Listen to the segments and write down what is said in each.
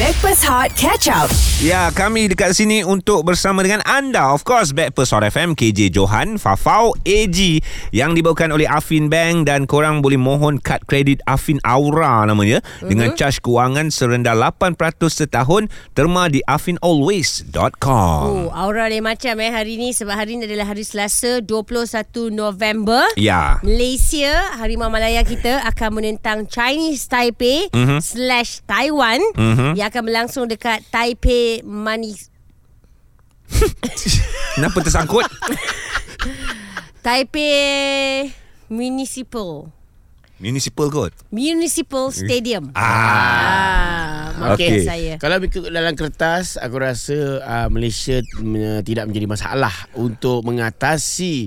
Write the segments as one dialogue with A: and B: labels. A: Backpass Hot Catch Up.
B: Ya, kami dekat sini untuk bersama dengan anda. Of course, Backpast Hot FM, KJ Johan, Fafau, AG yang dibawakan oleh Afin Bank dan korang boleh mohon kad kredit Afin Aura namanya mm-hmm. dengan charge kewangan serendah 8% setahun terma di afinalways.com.
C: Oh, aura lain macam eh hari ni sebab hari ni adalah hari Selasa 21 November.
B: Ya.
C: Malaysia, Harimau Malaya kita akan menentang Chinese Taipei
B: Mhm.
C: slash Taiwan
B: Mhm.
C: yang akan berlangsung dekat Taipei Manis
B: Kenapa tersangkut?
C: Taipei Municipal
B: Municipal kot.
C: Municipal Stadium.
B: Ah.
C: Ah, maksud
B: Okey.
C: saya.
D: Kalau ikut dalam kertas Aku rasa uh, Malaysia uh, Tidak menjadi masalah Untuk mengatasi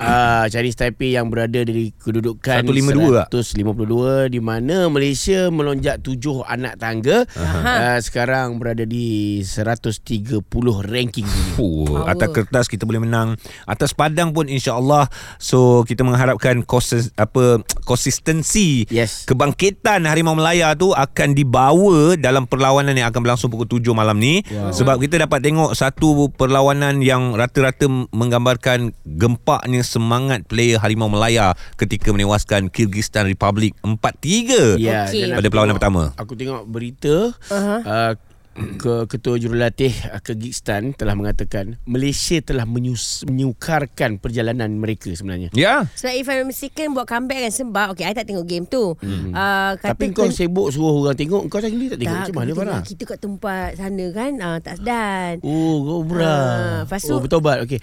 D: uh, Chinese Taipei yang berada Dari kedudukan
B: 152 tak?
D: 152 Di mana Malaysia melonjak 7 anak tangga uh, Sekarang berada di 130 ranking dunia
B: Fuh,
C: Power.
B: atas kertas kita boleh menang atas padang pun insyaallah so kita mengharapkan konsis, apa konsistensi
D: Yes.
B: kebangkitan harimau Melaya tu akan dibawa dalam perlawanan yang akan berlangsung pukul 7 malam ni wow. sebab kita dapat tengok satu perlawanan yang rata-rata menggambarkan gempaknya semangat player harimau Melaya ketika menewaskan Kyrgyzstan Republic 4-3
D: Ya,
C: Okey.
B: Pada
D: dan
B: perlawanan
D: aku tengok-
B: pertama.
D: Aku tengok berita uh-huh. uh, ke ketua jurulatih uh, Kyrgyzstan telah mengatakan Malaysia telah menyus, menyukarkan perjalanan mereka sebenarnya.
B: Ya.
C: Sebab if I'm mistaken buat comeback kan sebab okay I tak tengok game tu. Hmm.
B: Mhm.
C: Uh, kata
D: Tapi kau
C: ken-
D: sibuk suruh orang tengok kau sendiri tak tengok
C: tak,
D: macam mana
C: kebetulan
D: Farah?
C: Kita kat tempat sana kan uh, tak sedan.
D: Oh, kau
C: Ah,
D: berah.
C: lepas tu-
D: oh, bertobat. Okey.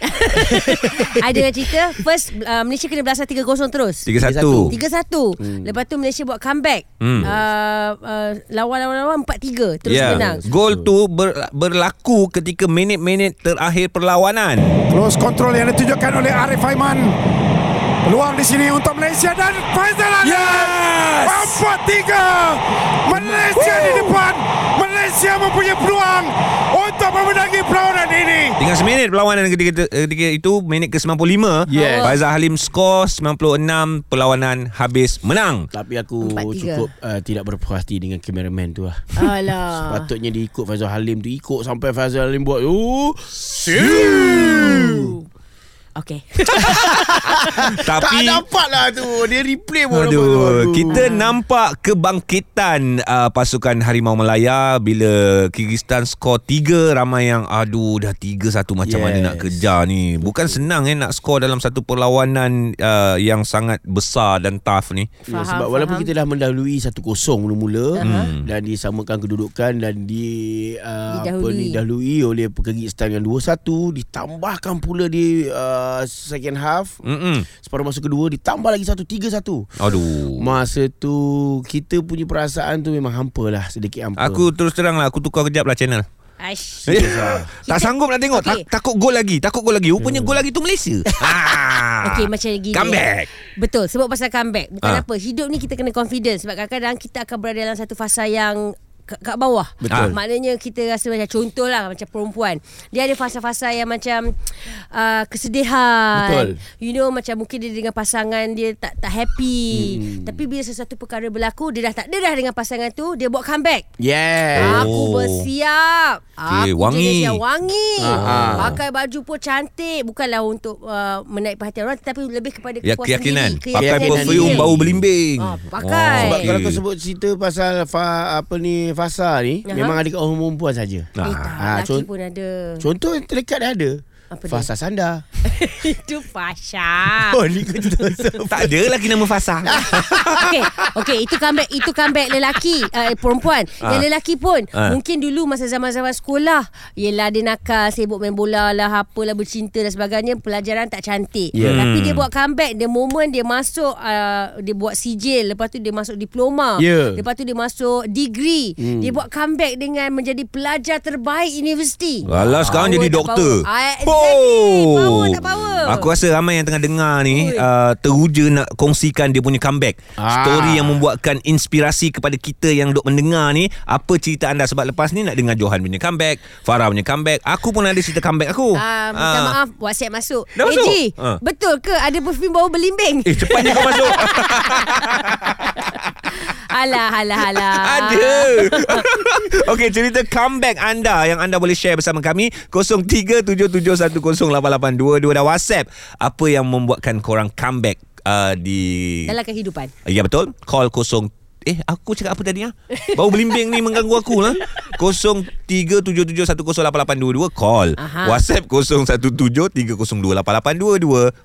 C: Ada dengan cerita first uh, Malaysia kena belasah 3-0 terus. 3-1.
B: 3-1.
C: Hmm. Lepas tu Malaysia buat comeback. Hmm. Uh, uh, lawan-lawan-lawan 4-3 terus yeah.
B: Ya.
C: menang.
B: Gol tu ber, berlaku ketika minit-minit terakhir perlawanan.
E: Close control yang ditunjukkan oleh Arif Aiman. Peluang di sini untuk Malaysia dan Faizal Ali.
B: Yes!
E: Empat tiga. Malaysia di depan. Malaysia mempunyai peluang untuk memenangi perlawanan ini.
B: Tinggal seminit perlawanan ketika, ketika itu Minit ke 95
D: Yes.
B: Faizal Halim skor 96 Perlawanan habis menang
D: Tapi aku
C: Empat, tiga.
D: cukup uh, tidak berpuas hati dengan kameraman tu lah.
C: Alah.
D: Patutnya dia ikut Fazal Halim tu ikut sampai Fazal Halim buat oh,
C: Okay.
D: tak
B: Tapi
D: dapat lah tu. Dia replay pun dapat tu.
B: Aduh, kita nampak kebangkitan uh, pasukan Harimau Melaya bila Kyrgyzstan skor 3 ramai yang aduh dah 3-1 macam yes. mana
D: Yes.
B: nak kejar ni. Bukan senang eh nak skor dalam satu perlawanan uh, yang sangat besar dan tough ni.
D: Ya,
C: Faham,
D: sebab
C: faham.
D: walaupun
C: Hmm.
D: kita dah mendahului 1-0 mula-mula
B: Hmm.
D: dan disamakan kedudukan dan di uh, apa
C: Didahului.
D: ni dahului oleh Kyrgyzstan yang 2-1 ditambahkan pula di uh, second half
B: Mm-mm.
D: separuh masa kedua ditambah lagi 1-3-1.
B: Aduh.
D: Masa tu kita punya perasaan tu memang hampalah sedikit hampa.
B: Aku terus terang lah Aku tukar kejap lah channel
C: Aish.
B: lah. Tak sanggup nak tengok
C: Okey.
B: okay. tak, Takut gol lagi Takut gol lagi Rupanya gol lagi tu Malaysia Hmm. ah.
C: Okay macam gini
B: Comeback
C: Betul sebab pasal comeback Bukan
B: Ah.
C: apa Hidup ni kita kena confidence Sebab kadang-kadang kita akan berada dalam satu fasa yang kat, kat bawah Ah,
B: Betul.
C: Maknanya kita rasa macam Contoh lah macam perempuan Dia ada fasa-fasa yang macam uh, Kesedihan
D: Betul.
C: You know macam mungkin dia dengan pasangan Dia tak tak happy hmm. Tapi bila sesuatu perkara berlaku Dia dah tak ada dah dengan pasangan tu Dia buat comeback
D: Yeah.
C: Aku
B: Oh.
C: bersiap
B: Okey,
C: Aku
B: wangi.
C: jenis yang wangi
D: Aha.
C: Pakai baju pun cantik Bukanlah untuk uh, menaik perhatian orang Tetapi lebih kepada
B: Ya,
C: kepuasan
B: keyakinan
C: diri
B: Pakai
D: Keyakinan
B: perfume
D: diri.
B: Bau belimbing Oh,
C: Ah, pakai.
D: Sebab
C: Eh.
D: kalau kau sebut cerita pasal fa, apa ni fasa ni
C: Aha.
D: memang ada kat orang perempuan saja.
C: Ya. Eh, tak,
D: Ah,
C: laki
D: con-
C: pun ada
D: Contoh yang terdekat dah ada.
C: Apa dia? Ah.
D: Fasa Sanda.
C: Itu Fasha
D: Oh, ni kau cerita
B: Tak ada lagi nama Fasa
C: okay, okay, itu comeback itu comeback lelaki uh, perempuan. Ha. Yang lelaki pun ha.
B: Ah.
C: mungkin dulu masa zaman-zaman sekolah, yelah dia nakal, sibuk main bola lah, apalah bercinta dan sebagainya, pelajaran tak cantik.
D: Ya.
C: Yeah. Tapi dia
B: Hmm.
C: buat comeback, the moment dia masuk uh, dia buat sijil, lepas tu dia masuk diploma,
D: Ya.
C: lepas tu dia masuk degree. Hmm. Dia buat comeback dengan menjadi pelajar terbaik universiti.
B: Alah
C: Ah,
B: sekarang
C: Power
B: jadi
C: tak
B: doktor
C: power. Ah, Exactly. Power tak power.
B: Aku rasa ramai yang tengah dengar
C: Ui.
B: ni uh, teruja nak kongsikan dia punya comeback.
D: Ah.
B: Story yang membuatkan inspirasi kepada kita yang duk mendengar ni, apa cerita anda sebab lepas ni nak dengar Johan punya comeback, Farah punya comeback, aku pun ada cerita comeback aku.
C: Ah, minta
B: Ah.
C: maaf WhatsApp masuk.
B: Dah masuk?
C: AG,
B: Ah.
C: betul ke ada perfume bau belimbing?
B: Eh cepatnya kau masuk.
C: alah alah alah.
B: Ada Okey cerita comeback anda Yang anda boleh share bersama kami 0377108822 Dan whatsapp Apa yang membuatkan korang comeback uh, Di
C: Dalam kehidupan.
B: Ya betul Call 0 Eh aku cakap apa tadi ah? Baru belimbing ni mengganggu aku lah 0377108822 Call
C: Aha.
B: Whatsapp 0173028822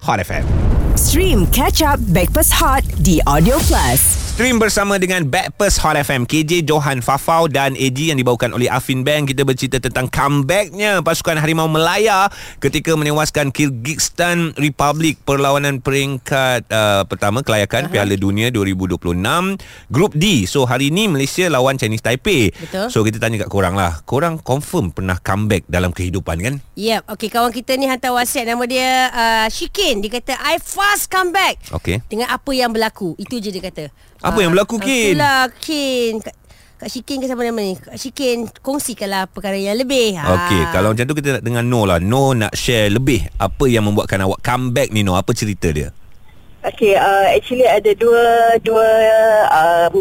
B: Hot FM
A: Stream Catch Up Backpass Hot di Audio Plus.
B: Stream bersama dengan Backpast Hot FM KJ Johan Fafau dan AG yang dibawakan oleh Afin Bang Kita bercerita tentang comebacknya Pasukan Harimau Melaya Ketika menewaskan Kyrgyzstan Republic Perlawanan peringkat uh, pertama Kelayakan Piala Dunia 2026 Grup D So hari ni Malaysia lawan Chinese Taipei
C: Betul.
B: So kita tanya kat korang lah Korang confirm pernah comeback dalam kehidupan kan?
C: Yep. Okey, kawan kita ni hantar WhatsApp nama dia uh, Shikin. Dia kata I fast come back.
B: Okey.
C: Dengan apa yang berlaku. Itu je dia kata. Ah,
B: Apa yang berlaku, Kin?
C: Itulah Kin. Kak, Kak Shikin ke siapa nama ni? Kak Shikin, kongsikanlah perkara yang lebih. Ha.
B: Okey, kalau macam tu kita nak dengar No lah No nak share lebih Apa yang membuatkan awak comeback ni No? Apa cerita dia?
F: Okay, uh, actually ada dua dua um,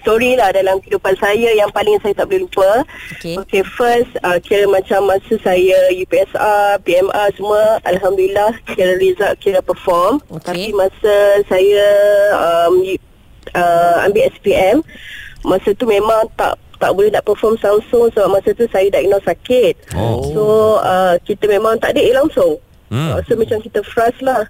F: story lah dalam kehidupan saya yang paling saya tak boleh lupa.
C: Okey.
F: Okay, first uh, kira macam masa saya UPSR, PMR semua, Alhamdulillah kira result kira perform.
C: Okey.
F: Tapi masa saya um, y- uh, ambil SPM, masa tu memang tak tak boleh nak perform langsung sebab masa tu saya diagnose sakit.
B: Oh.
F: So uh, kita memang tak ada A langsung.
B: Hmm.
F: Hmm. Uh, so macam kita frust lah.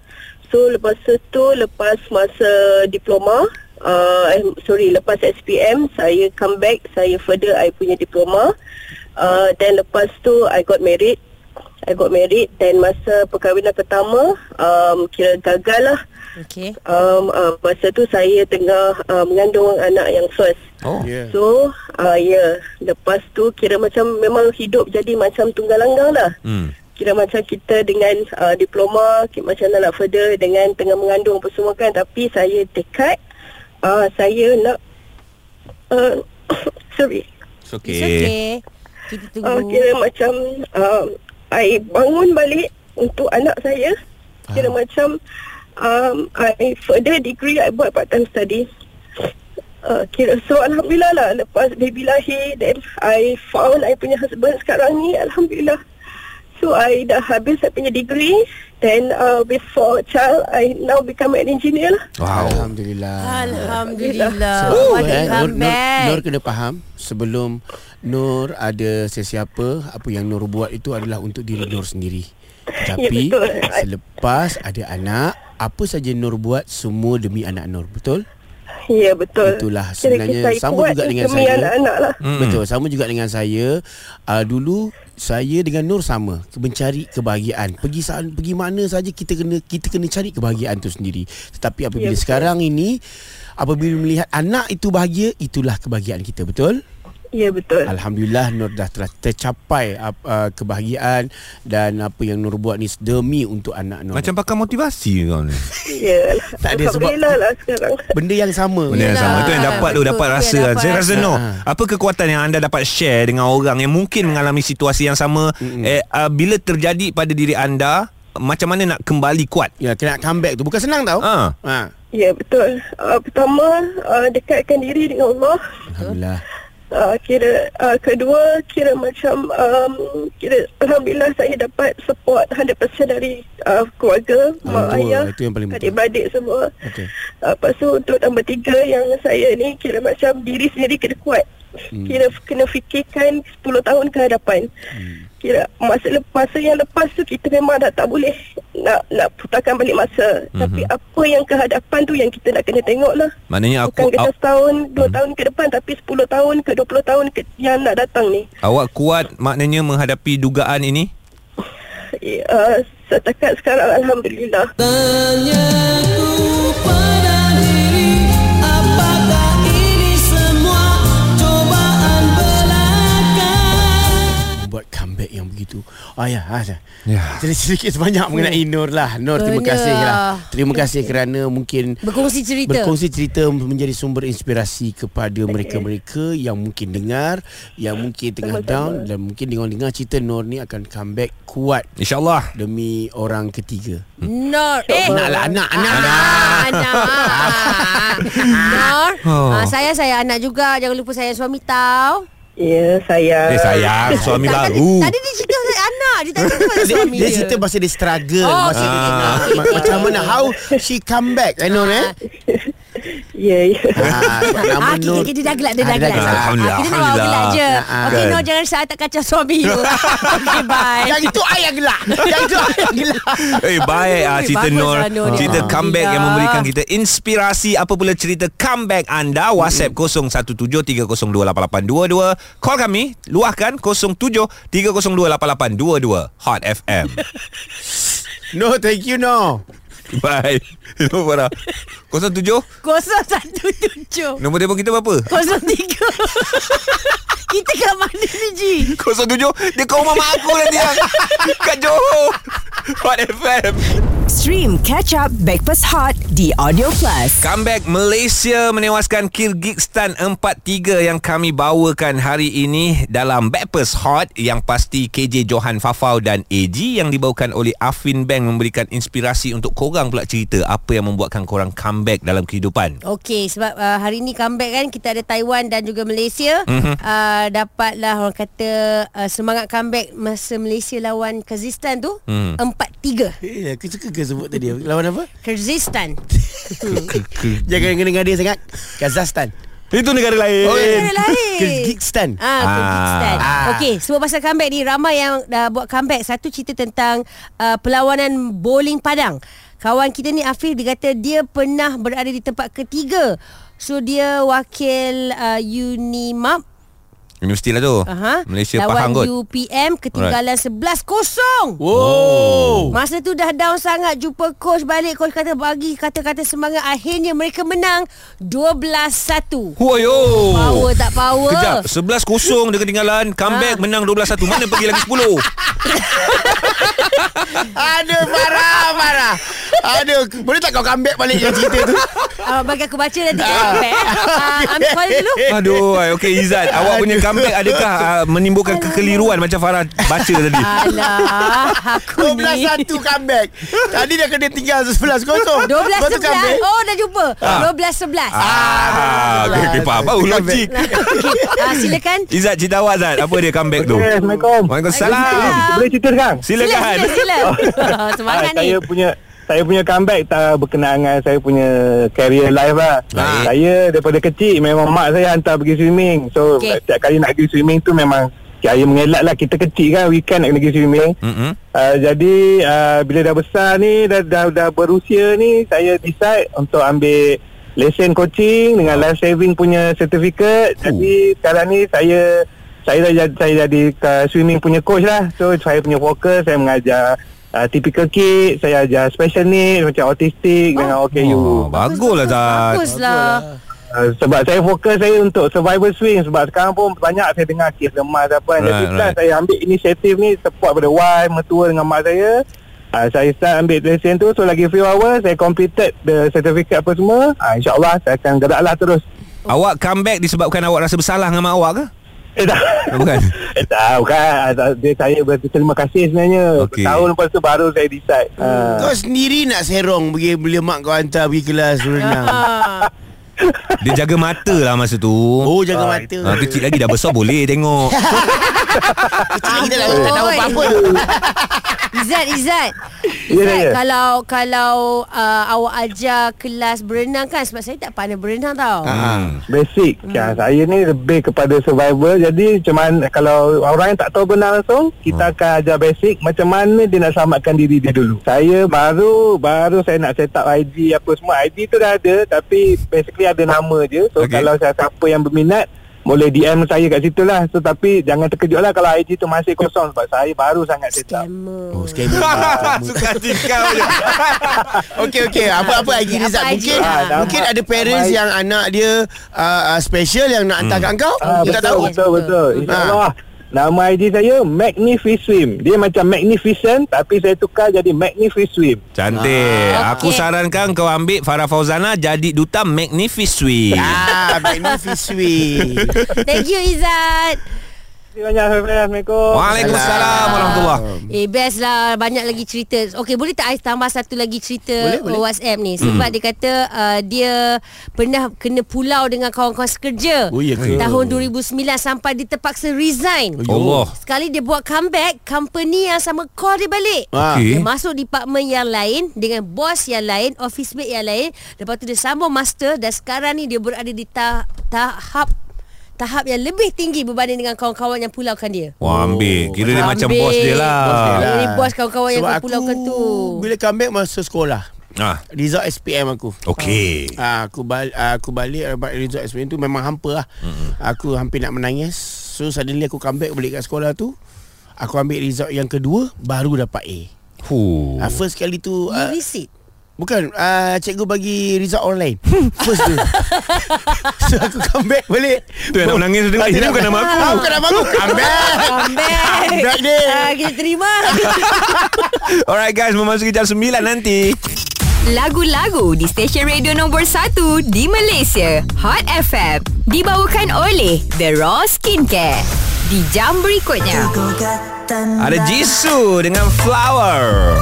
F: So lepas tu lepas masa diploma uh, eh, sorry lepas SPM saya come back saya further I punya diploma. Uh, then lepas tu I got married. I got married then masa perkahwinan pertama um, kira gagal lah.
C: Okey.
F: Um, uh, masa tu saya tengah uh, mengandung anak yang first.
B: Oh.
D: Yeah.
F: So uh, ya yeah. lepas tu kira macam memang hidup jadi macam tunggal langgang lah.
B: Hmm.
F: Kira macam kita dengan uh, diploma ki- macam mana nak further dengan tengah mengandung apa semua kan tapi saya tekad uh, saya nak uh, sorry
B: It's okay.
C: It's okay. Kita tunggu.
F: uh, kira macam uh, I bangun balik untuk anak saya kira
D: Ah.
F: macam um, I further degree I buat part time study uh, kira so Alhamdulillah lah lepas baby lahir then I found I punya husband sekarang ni Alhamdulillah so I dah habis I punya degree then uh, before child I now become an engineer lah
B: Wow.
C: Ah,
D: Alhamdulillah.
C: Alhamdulillah.
D: Sebab
C: What a
D: eh, Nur, Nur,
C: comeback.
D: Nur kena faham sebelum Nur ada sesiapa apa yang Nur buat itu adalah untuk diri Nur sendiri. Tapi
F: betul.
D: selepas ada anak apa saja Nur buat semua demi anak Nur betul?
F: ya yeah, betul
D: Itulah
F: Kira
D: sebenarnya
F: saya
D: sama
F: kuat
D: juga dengan
F: demi
D: saya.
F: anak-anak lah
D: Hmm. Betul sama juga dengan saya uh, dulu saya dengan Nur sama mencari kebahagiaan pergi sa- pergi mana saja kita kena kita kena cari kebahagiaan tu sendiri tetapi apabila ya, sekarang ini apabila melihat anak itu bahagia itulah kebahagiaan kita betul
F: ya yeah, betul
D: Alhamdulillah Nur dah telah tercapai uh, uh, kebahagiaan dan apa yang Nur buat ni demi untuk anak Nur
B: Macam pakai motivasi kau ni.
F: Ya lah.
D: Tak ada sebab-
F: Alhamdulillah lah sekarang.
D: benda yang sama Ya.
B: Benda yang
C: Yelah.
B: sama. Itu yang dapat tu,
C: Betul. Itu
B: dapat
C: yang
B: rasa. kan.
C: dapat
B: Saya rasa
C: rasa.
B: no.
D: Ha.
B: Apa kekuatan yang anda dapat share dengan orang yang mungkin mengalami situasi yang sama eh, uh, bila terjadi pada diri anda macam mana nak kembali kuat?
D: ya kena comeback tu bukan senang tau
B: Ha.
D: ha.
F: Ya betul. Uh, pertama uh, dekatkan diri dengan Allah.
D: Alhamdulillah
F: Uh, kira uh, kedua kira macam um, kira alhamdulillah saya dapat support 100% dari uh, keluarga,
D: Orang
F: mak
D: tua,
F: ayah,
D: itu yang paling penting.
F: adik-beradik semua.
D: Okey.
F: Uh, lepas tu untuk nombor tiga yang saya ni kira macam diri sendiri kena kuat. Hmm. Kira kena fikirkan 10 tahun ke hadapan. Hmm. Kira masa lep- masa yang lepas tu kita memang dah tak boleh nak nak putarkan balik masa. Hmm. Tapi apa yang ke hadapan tu yang kita nak kena tengok lah.
B: Maknanya
F: Bukan
B: aku
F: kita
B: aw,
F: setahun, dua tahun ke depan tapi 10 tahun ke 20 tahun ke, yang nak datang ni.
B: awak kuat maknanya menghadapi dugaan ini?
F: Uh, setakat sekarang Alhamdulillah.
D: buat comeback yang begitu itu. Oh ya, ah, ya.
B: Ya.
D: Jadi sedikit sebanyak mengenai Nur lah. Nur terima
C: Benar.
D: kasih lah. Terima kasih kerana mungkin
C: Berkongsi cerita.
D: Berkongsi cerita menjadi sumber inspirasi kepada mereka-mereka yang mungkin dengar, yang mungkin tengah down dan mungkin dengan dengar cerita Nur ni akan comeback kuat
B: InsyaAllah
D: demi orang ketiga.
C: Nor eh
D: Anak lah, anak, anak.
C: anak. Nor
B: Oh.
C: ah, saya saya anak juga jangan lupa saya suami tau.
G: Ya, saya.
B: Eh sayang Suami
C: Tak,
B: baru
C: Tadi dia cerita pasal anak Dia tak cerita pasal
D: Dia,
C: suami
D: dia cerita pasal dia struggle
C: Oh,
D: masa dia
C: okay.
D: tengah. Ma- Macam mana how she come back I know eh
G: Ya, ya.
D: Ah, sebab
C: Ah,
D: nama
C: kita,
D: Nur
C: kita dah gelak Dia
D: Ah,
C: dah
D: dia dah
C: gelak
D: gelak.
C: Ah, Kita nak bawa
B: Alhamdulillah,
C: gelak je
D: Ah, ah.
C: Okay
B: Kan.
C: Nor jangan saya tak kacau suami you Okay bye
D: Yang itu ayah gelak Yang itu ayah gelak
B: Eh baik ah,
C: Ui,
B: cerita
C: bagus
B: Nur
C: lah, Nur ni.
B: Cerita
C: Ah.
B: comeback yang
C: Alhamdulillah.
B: memberikan kita inspirasi Apa pula cerita comeback anda WhatsApp 0173028822 Call kami Luahkan 0730288822 Hot FM
D: No thank you no
B: Bye Nombor berapa? 07
C: Kosong satu tujuh
B: Nombor telefon kita berapa?
C: Kosong tiga Kita kat mana ni Ji
B: 07 Dia kau mama aku nanti ah. yang Kat Johor Hot FM
H: Stream Catch Up Backpass Hot di Audio Plus.
B: Comeback Malaysia menewaskan Kyrgyzstan 4-3 yang kami bawakan hari ini dalam Backpast Hot yang pasti KJ Johan Fafau dan AG yang dibawakan oleh Afin Bank memberikan inspirasi untuk korang pula cerita apa yang membuatkan korang comeback dalam kehidupan.
C: Okey sebab uh, hari ni comeback kan kita ada Taiwan dan juga Malaysia mm-hmm.
B: Mhm.
C: uh, dapatlah orang kata uh, semangat comeback masa Malaysia lawan Kazakhstan tu
B: Hmm.
C: 4-3
D: Eh aku suka ke sebut tadi Lawan apa
C: Kazakhstan
D: Jangan kena dia sangat Kazakhstan
B: Itu negara lain.
D: Oh,
C: Negara lain.
D: Kyrgyzstan
C: Ah, Kyrgyzstan.
D: Ah.
C: Okey, sebab pasal comeback ni ramai yang dah buat comeback. Satu cerita tentang uh, perlawanan bowling padang. Kawan kita ni Afif dia kata dia pernah berada di tempat ketiga. So dia wakil uh, Unimap
B: Universiti lah tu.
C: Aha.
B: Malaysia
C: lawan
B: faham kot.
C: UPM ketinggalan 11-0.
B: Oh.
D: Wow
C: Masa tu dah down sangat jumpa coach balik coach kata bagi kata-kata semangat akhirnya mereka menang 12-1.
B: Huayo.
C: Power tak power.
B: Kejap 11-0 dia ketinggalan Comeback ha. menang 12-1 Mana pergi lagi 10
D: Aduh marah Marah Aduh Boleh tak kau comeback balik Yang cerita tu
C: Uh, bagi aku baca nanti kan comeback. eh. Uh, ambil call dulu.
B: Aduh ay, Okay Izzat Awak punya comeback adakah uh, Menimbulkan kekeliruan Macam Farah baca tadi
C: Alah, aku ni.
D: 12-1 comeback Tadi dah kena tinggal 11-0 Lepas tu
C: 12
D: comeback
C: 11. Oh, dah jumpa. 12 11.
B: Ah, okay, okay, faham. Oh, logik.
C: Ah, silakan.
B: Izzat, cerita awak Zat. Apa dia comeback tu?
F: Eh, Assalamualaikum.
B: Waalaikumsalam.
F: Boleh cerita sekarang?
C: Sila,
B: Silakan.
C: sila, sila. Semangat
F: Ah,
C: ni.
F: saya punya saya punya comeback tak berkenaan dengan saya punya career life lah.
B: Baik.
F: Saya daripada kecil memang mak saya hantar pergi swimming. So
C: Okey.
F: okay. setiap kali nak pergi swimming tu memang saya mengelak lah kita kecil kan weekend nak pergi swimming.
B: Mm-mm.
F: Uh, jadi uh, bila dah besar ni dah, dah dah berusia ni saya decide untuk ambil lesen coaching dengan life saving punya certificate. Jadi sekarang ni saya saya dah jadi, saya jadi uh, swimming punya coach lah. So saya punya fokus saya mengajar uh, typical kid, saya ajar special need macam autistik oh. dengan OKU.
B: Oh, baguslah Zat.
C: Baguslah.
F: Uh, sebab saya fokus saya untuk survival swing sebab sekarang pun banyak saya dengar kes lemas apa kan. Jadi
B: Right,
F: right,
B: right.
F: saya ambil inisiatif ni support pada wife, mertua dengan mak saya. Uh, saya start ambil lesen tu so lagi few hours saya completed the certificate apa semua. Uh, InsyaAllah saya akan geraklah terus.
B: Awak comeback disebabkan awak rasa bersalah dengan mak awak ke?
F: Eh tak.
B: Bukan.
F: eh, tak, bukan. Ah, tak. Dia, saya berterima kasih sebenarnya.
B: Okey.
F: Okay. Tahun lepas tu baru saya decide. Uh,
C: Oh.
D: Kau sendiri nak serong pergi Bila mak kau hantar pergi kelas berenang
C: Ah.
B: Dia jaga mata lah masa tu.
D: Oh jaga mata
F: Ah.
B: Ha, kecil lagi dah besar boleh tengok.
D: Kecil lagi dah tak tahu
C: Amboi.
D: apa-apa
C: Izzat, Izzat.
F: Ya,
C: Izzat,
F: ya.
C: kalau kalau uh, awak ajar kelas berenang kan sebab saya tak pandai berenang tau.
B: Hmm.
F: Basic hmm. ya, Saya ni lebih kepada survival Jadi macam mana Kalau orang yang tak tahu benar langsung Kita hmm. akan ajar basic Macam mana dia nak selamatkan diri dia dulu Saya baru Baru saya nak set up ID Apa semua ID tu dah ada Tapi basically ada nama je So
B: Okey.
F: okay. kalau siapa yang berminat boleh DM saya kat situ lah So tapi jangan terkejut lah Kalau IG tu masih kosong Sebab saya baru sangat set up
C: Scammer.
D: Oh scammer
B: Suka hati kau je.
D: Okey okey apa-apa
C: Okey, Ah,
D: IG
C: apa
D: Rizal
C: IG
D: mungkin
C: lah.
D: ah, mungkin ada parents
F: Baik.
D: yang anak dia uh, uh, special yang nak hantar kat kau.
F: Ah,
D: Kita
F: betul,
D: tak tahu.
F: betul, betul. InsyaAllah.
I: Nama IG saya Magnificent. Dia macam Magnificent tapi saya tukar jadi Magnificent.
B: Cantik.
C: Ah,
B: Aku
C: okey.
B: sarankan kau ambil Farah Fauzana jadi duta Magnificent.
D: Ah, beneficiary.
C: Thank you Izzat
I: Terima kasih banyak. Hafiz. Assalamualaikum.
B: Waalaikumsalam warahmatullahi.
C: Eh best lah Banyak lagi cerita Okey boleh tak I tambah satu lagi cerita uh,
D: Boleh, Hmm. boleh.
C: WhatsApp ni Sebab dia kata uh, Dia Pernah kena pulau Dengan kawan-kawan sekerja
D: Oh, ya ke? Oh,
C: Tahun 2009 Sampai dia terpaksa resign
B: Allah.
C: Sekali dia buat comeback Company yang sama Call dia balik
D: Ah.
C: Dia
B: Okey.
C: masuk department yang lain Dengan bos yang lain Office mate yang lain Lepas tu dia sambung master Dan sekarang ni dia berada di ta- tahap Tahap yang lebih tinggi Berbanding dengan kawan-kawan yang pulaukan dia
B: Wah ambil Kira dia
C: Ambil.
B: macam bos dia lah
C: Bos dia lah.
D: Yelah.
C: Ini bos kawan-kawan yang
D: Sebab
C: kau pulaukan
D: aku
C: tu.
D: Bila comeback masa sekolah
B: ah,
D: Result SPM aku
B: Okay
D: Ah, aku balik aku balik dapat result SPM tu memang hampa lah. Mm-hmm. Aku hampir nak menangis. So suddenly aku comeback balik kat sekolah tu. Aku ambil result yang kedua baru dapat A.
B: Huh.
D: Uh, first kali tu
C: You
D: uh,
C: visit
D: bukan uh, cikgu bagi result online. First tu. so aku comeback balik.
B: Tu yang nak menangis tu,
D: Ah,
B: ini
D: tidak.
B: bukan nama aku.
D: Ah, bukan nama aku. Comeback.
C: Comeback
D: Comeback dia.
C: Ah, Kita terima
B: Alright guys Memasuki jam 9 nanti
H: Lagu-lagu di stesen radio nombor 1 di Malaysia, Hot FM. Dibawakan oleh The Raw Skincare. Di jam berikutnya.
B: Ada Jisoo Dengan Flower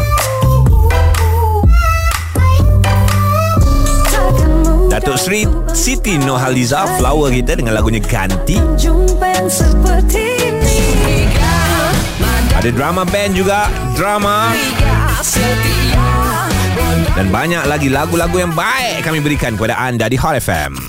B: Datuk Sri Siti Nohaliza Flower kita dengan lagunya Ganti Ada drama band juga Drama
C: ah,
B: Dan banyak lagi lagu-lagu yang baik Kami berikan kepada anda di Hot FM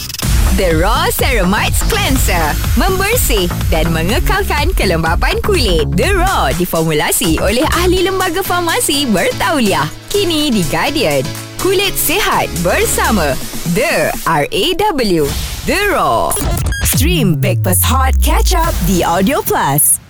H: The Raw Ceramides Cleanser Membersih dan mengekalkan kelembapan kulit The Raw diformulasi oleh ahli lembaga farmasi bertauliah Kini di Guardian Kulit sihat bersama The R.A.W. The Raw
A: Stream Breakfast Hot Catch Up The Audio Plus.